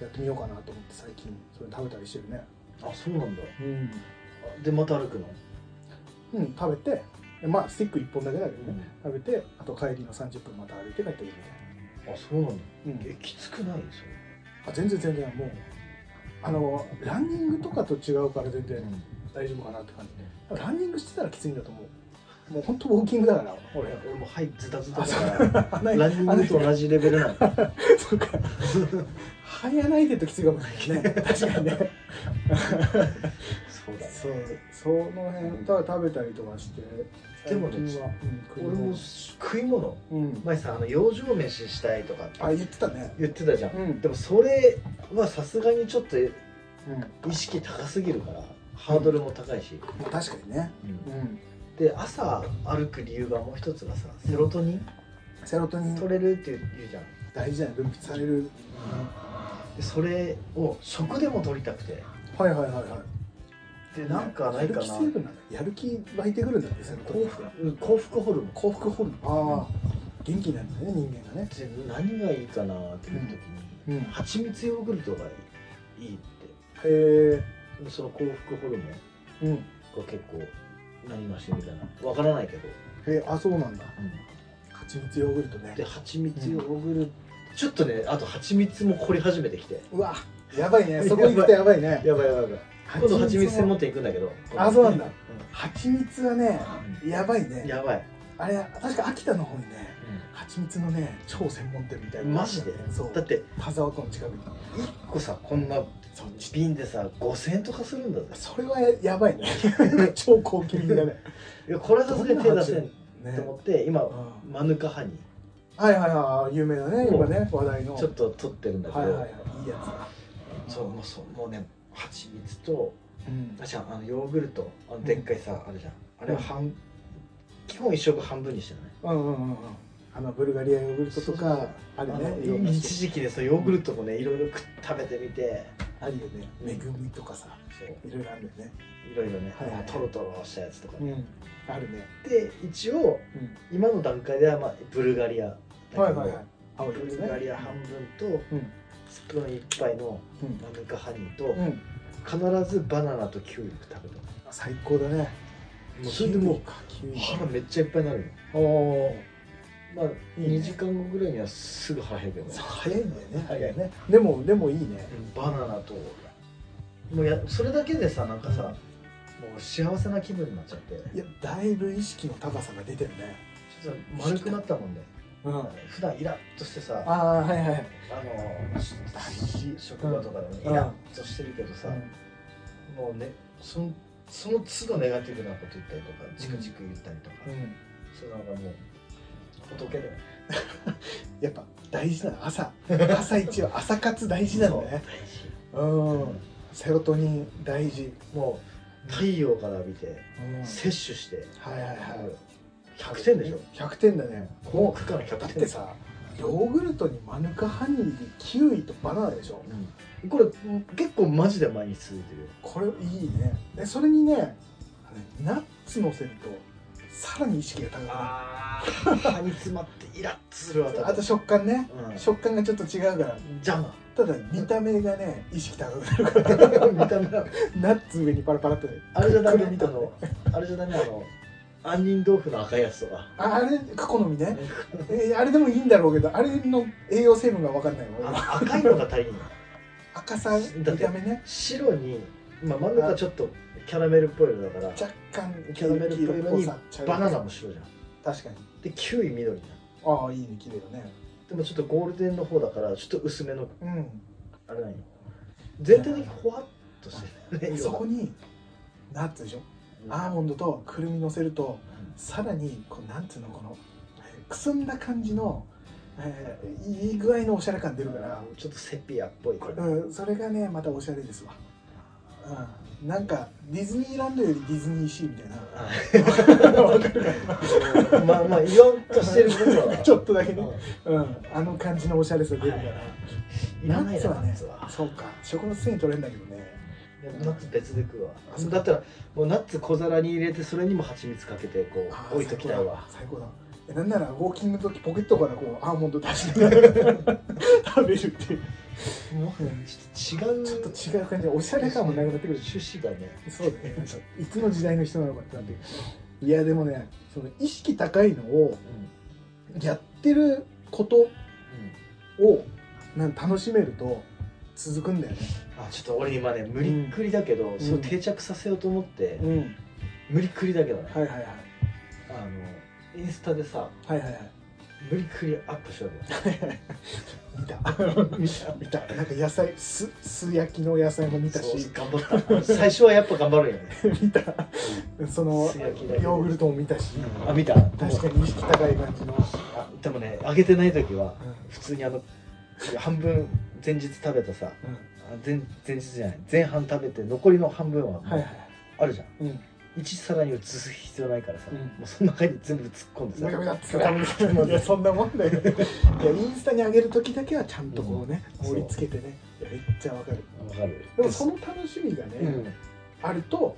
Speaker 1: やってみようかなと思って最近それ食べたりしてるね
Speaker 2: あそうなんだ
Speaker 1: うん、
Speaker 2: でまた歩くの
Speaker 1: うん、食べてまあスティック1本だけだけどね、食べてあと帰りの30分また歩いて帰ってくるみ
Speaker 2: あそうなんだ
Speaker 1: たいな、
Speaker 2: えきつくない
Speaker 1: あ全然全然もうあのランニングとかと違うから全
Speaker 2: それ
Speaker 1: 然大丈夫かなって感じランニングしてたらきついんだと思うもう本当ウォーキングだから俺
Speaker 2: 俺もはいズタズタ
Speaker 1: あ
Speaker 2: だ
Speaker 1: そう
Speaker 2: から
Speaker 1: 鼻
Speaker 2: ランニングと同じレベルなの
Speaker 1: そうか 肺やないでときついかもしれないね確かにね
Speaker 2: そうだ
Speaker 1: そうその辺ただ食べたりとかして
Speaker 2: でもね
Speaker 1: 最近は
Speaker 2: 俺も食い物
Speaker 1: うん、うん、
Speaker 2: 前さあの養生飯したいとか
Speaker 1: あ言ってたね
Speaker 2: 言ってたじゃん
Speaker 1: うん
Speaker 2: でもそれはさすがにちょっと意
Speaker 1: うん
Speaker 2: 識高すぎるからハードルも高いし、
Speaker 1: まあ確かにねうん
Speaker 2: で朝歩く理由がもう一つがさセロトニン
Speaker 1: セロトニン
Speaker 2: 取れるって言うじゃん
Speaker 1: 大事だね分泌される
Speaker 2: でそれを食でも取りたくて
Speaker 1: はいはいはいはい
Speaker 2: でなんかないか
Speaker 1: やる
Speaker 2: な
Speaker 1: 気成分なんだやる気湧いてくるんだってセロトニン
Speaker 2: 幸福うん幸福ホルモン
Speaker 1: 幸福ホルモンああ元気になるんだね人間がね
Speaker 2: で何がいいかなっていう時
Speaker 1: うん
Speaker 2: に、
Speaker 1: うん
Speaker 2: 蜂蜜ヨーグルトがいいいいって
Speaker 1: へえ
Speaker 2: でその幸福ホルモン
Speaker 1: うんへ
Speaker 2: が結構なりましてみたいなわからないけど、
Speaker 1: えあそうなんだ蜂蜜ヨーグルトね
Speaker 2: で蜂蜜ヨーグルト、ちょっとねあと蜂蜜も凝り始めてきて
Speaker 1: うわやばいねそこ行くとやばいね
Speaker 2: やばいやばいやばい今度蜂蜜専門店行くんだけど
Speaker 1: あそうなんだ蜂蜜はねやばい
Speaker 2: うん
Speaker 1: ね
Speaker 2: やばい、
Speaker 1: あれ確か秋田の方にね蜂蜜のね超専門店みたいな
Speaker 2: マジで
Speaker 1: そう
Speaker 2: だって
Speaker 1: 田沢湖の近くに
Speaker 2: 1個さこんな
Speaker 1: そう
Speaker 2: 瓶でさ5000円とかするんだぜ
Speaker 1: それはやばいね 超高級品だね
Speaker 2: いやこれはさすがに手出せん
Speaker 1: ね
Speaker 2: と思って今
Speaker 1: うん
Speaker 2: マヌカハニ
Speaker 1: はいはいはい有名だね
Speaker 2: うん
Speaker 1: 今ね話題の
Speaker 2: ーちょっと取ってるんだけ
Speaker 1: はい
Speaker 2: ど、
Speaker 1: はいはいいいやつだ
Speaker 2: そうもうそうもうね蜂蜜と
Speaker 1: うん
Speaker 2: あじゃああのヨーグルトあのでっかいさ、あるじゃんあれは半基本一食半分にしてない
Speaker 1: うんうんうんうんあのブルガリアヨーグルトとかあ
Speaker 2: あ
Speaker 1: る
Speaker 2: の
Speaker 1: ねいろんな
Speaker 2: 一時期でそうヨーグルトもねいろいろ食べてみて
Speaker 1: あるよね
Speaker 2: うん
Speaker 1: めぐみとかさ
Speaker 2: そう
Speaker 1: いろいろあるんだよね
Speaker 2: いろいろね、
Speaker 1: はいはい
Speaker 2: トロトロしたやつとか、ね
Speaker 1: んあるね
Speaker 2: で一応
Speaker 1: うん
Speaker 2: 今の段階では、まあ、ブルガリアだけど
Speaker 1: はいはいはい青い
Speaker 2: ブ
Speaker 1: やつ
Speaker 2: ル
Speaker 1: ね
Speaker 2: ガリア半分と
Speaker 1: うん
Speaker 2: スプーン一杯の
Speaker 1: うん
Speaker 2: マヌカハニーと、
Speaker 1: うん
Speaker 2: 必ずバナナとキュウリ食べたも
Speaker 1: 最高だね
Speaker 2: うそれでも
Speaker 1: キウイ
Speaker 2: う
Speaker 1: か
Speaker 2: 腹めっちゃいっぱいになるよ
Speaker 1: キウイおー
Speaker 2: まあ
Speaker 1: いいね
Speaker 2: 2時間後ぐらいにはすぐ腹減るよね
Speaker 1: そう早いんだよね
Speaker 2: 早い
Speaker 1: ねでもでもいいね
Speaker 2: バナナともうやそれだけでさなんかさ、もう幸せな気分になっちゃって
Speaker 1: いやだいぶ意識の高さが出てるね
Speaker 2: ちょっと丸くなったもんね
Speaker 1: うんあ
Speaker 2: 普段イラッとしてさあ
Speaker 1: あはいはいはい
Speaker 2: のしし職場とかでもイラッとしてるけどさ、もうねそのその都度ネガティブなこと言ったりとかチクチク言ったりとか、
Speaker 1: うん
Speaker 2: そうなんかもう仏だよね
Speaker 1: やっぱ大事なの朝朝一は朝活大事なのねうんセロトニン大事
Speaker 2: もう太陽から浴びて、
Speaker 1: うん
Speaker 2: 摂取して
Speaker 1: はいはいはい
Speaker 2: 100点でしょ
Speaker 1: 100点だね
Speaker 2: 幸福から100点
Speaker 1: だってさヨーグルトにマヌカハニーにキウイとバナナでしょ
Speaker 2: これ結構マジで毎日続いてるよ
Speaker 1: これいいねでそれにねナッツのせるとさらに意識が高くな
Speaker 2: ああ歯に詰まってイラッとするわ
Speaker 1: るあと食感ね
Speaker 2: うん
Speaker 1: 食感がちょっと違うから
Speaker 2: 邪魔
Speaker 1: ただ見た目がね意識高くなるか
Speaker 2: 見た目は
Speaker 1: らナッツ上にパラパラっとね
Speaker 2: あれじゃダメ
Speaker 1: くるみ
Speaker 2: あ
Speaker 1: たいな
Speaker 2: のあれじゃダメあの杏仁豆腐の赤いやつとか
Speaker 1: ああれ好みねえーあれでもいいんだろうけどあれの栄養成分が分かんない俺
Speaker 2: あ
Speaker 1: は
Speaker 2: の赤いのが足りんの
Speaker 1: 赤さ見た目ね
Speaker 2: 白にまあ真ん中ちょっとキャラメルっぽいのだから
Speaker 1: 若干
Speaker 2: キャラメルっぽいのにバナナも白じゃん
Speaker 1: 確かに
Speaker 2: で9位緑になる
Speaker 1: ああいいね綺麗だね
Speaker 2: でもちょっとゴールデンの方だからちょっと薄めの
Speaker 1: う
Speaker 2: あれないの全体的にほわっとしてる
Speaker 1: ん
Speaker 2: ね
Speaker 1: そ
Speaker 2: 色
Speaker 1: こ
Speaker 2: が
Speaker 1: にナッツでしょ
Speaker 2: うん
Speaker 1: アーモンドとくるみのせるとさらにこうなんつうのこのえーくすんだ感じの、えーいい具合のおしゃれ感出るから、
Speaker 2: ちょっとセピアっぽいから
Speaker 1: うん、それがねまたおしゃれですわ、うん、なんかディズニーランドよりディズニーシーみたいな
Speaker 2: まあまあ言わんとしてることは
Speaker 1: ちょっとだけねうん、あの感じのおしゃれさ出るから、
Speaker 2: いらないな
Speaker 1: ナ
Speaker 2: ナ
Speaker 1: ッ
Speaker 2: ッ
Speaker 1: ツ
Speaker 2: ツ
Speaker 1: はね
Speaker 2: は
Speaker 1: そうか食物繊維取れんだけどね
Speaker 2: いやナッツ別で食うわ
Speaker 1: あそう
Speaker 2: だったらもうナッツ小皿に入れてそれにも蜂蜜かけてこ
Speaker 1: あー
Speaker 2: う置いときたいわ
Speaker 1: 最高だ最高だえなんならウォーキングの時ポケットからこうアーモンド出して食べるっていう
Speaker 2: も
Speaker 1: うん
Speaker 2: ちょっと違う
Speaker 1: ちょっと違う感じでおしゃれ感もなくなってくるし
Speaker 2: 趣旨だね
Speaker 1: そうだねいつの時代の人なのかってなってくるいやでもねその意識高いのを
Speaker 2: うん
Speaker 1: やってることをなん楽しめると続くんだよね
Speaker 2: あちょっと俺今ね無理っくりだけど、
Speaker 1: ん
Speaker 2: そう定着させようと思って、
Speaker 1: ん
Speaker 2: 無理っくりだけどね、
Speaker 1: はいはいはい
Speaker 2: あのインスタでさ
Speaker 1: はいはいはい
Speaker 2: 無理っくりアップしようよ
Speaker 1: 見た 見た見たなんか野菜す素焼きの野菜も見た
Speaker 2: そう
Speaker 1: し
Speaker 2: 頑張った最初はやっぱ頑張るよね
Speaker 1: 見たその
Speaker 2: 素焼きだけで
Speaker 1: ヨーグルトも見たし
Speaker 2: あ見た
Speaker 1: 確かに意識高い感じの、
Speaker 2: あでもね揚げてない時は普通にあの半分前日食べたさ
Speaker 1: うん
Speaker 2: あ前前日じゃない前半食べて残りの半分はも
Speaker 1: はいうは
Speaker 2: あるじゃん、
Speaker 1: いうん
Speaker 2: 一皿に移す必要ないからさ、
Speaker 1: うん
Speaker 2: もうその中に全部突っ込んで
Speaker 1: ガ
Speaker 2: さ
Speaker 1: チャガチャっていやそんなもんだよいやインスタに上げる時だけはちゃんとこうね、
Speaker 2: うん
Speaker 1: 盛り付けてねいやめっちゃわかる
Speaker 2: わかる
Speaker 1: でもその楽しみがね、
Speaker 2: うん
Speaker 1: あると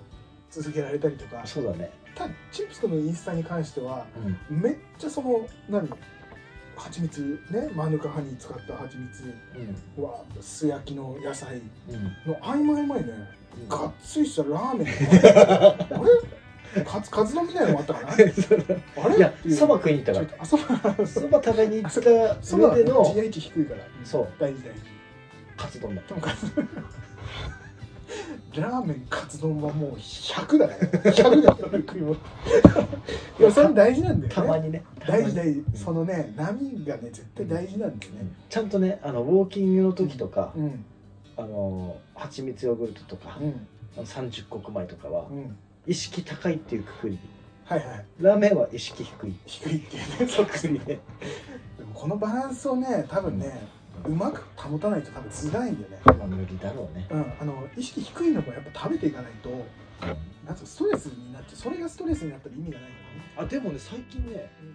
Speaker 1: 続けられたりとか
Speaker 2: そうだね、
Speaker 1: ただチップスのインスタに関しては
Speaker 2: うん
Speaker 1: めっちゃその何蜂蜜ねマヌカハニー使った蜂蜜は素焼きの野菜
Speaker 2: うん
Speaker 1: の合間合間にね
Speaker 2: うん
Speaker 1: がっつりしたラーメンあれカツカツ丼みたいなのもあったかなあれ
Speaker 2: いや
Speaker 1: っていう
Speaker 2: そば食いに行った
Speaker 1: ち
Speaker 2: か
Speaker 1: ょっ
Speaker 2: ら
Speaker 1: とあそば
Speaker 2: そば食べに行った
Speaker 1: そばは
Speaker 2: 上での
Speaker 1: GH 低いから
Speaker 2: そう
Speaker 1: 大事大事
Speaker 2: カツ丼だ
Speaker 1: とんかつラーメンカツ丼はもう100だから100だから食い物 いやそれも大事なんだよね
Speaker 2: たまにね
Speaker 1: 大事大事
Speaker 2: うん
Speaker 1: そのね波がね絶対大事なんだよ
Speaker 2: う
Speaker 1: ね
Speaker 2: んちゃんとねあのウォーキングの時とか、
Speaker 1: うん
Speaker 2: あの蜂蜜ヨーグルトとか、
Speaker 1: うん
Speaker 2: あの30穀米とかは
Speaker 1: うん
Speaker 2: 意識高いっていうくくり
Speaker 1: はいはい
Speaker 2: ラーメンは意識低い
Speaker 1: 低いっていうね
Speaker 2: 特にね
Speaker 1: でもこのバランスをね多分ねうまく保たないと多分辛いんだよね
Speaker 2: まあ無理だろうね
Speaker 1: うんあの意識低いのもやっぱ食べていかないとなんかストレスになっちゃうそれがストレスになったら意味がないよね
Speaker 2: あでもね最近ね
Speaker 1: うん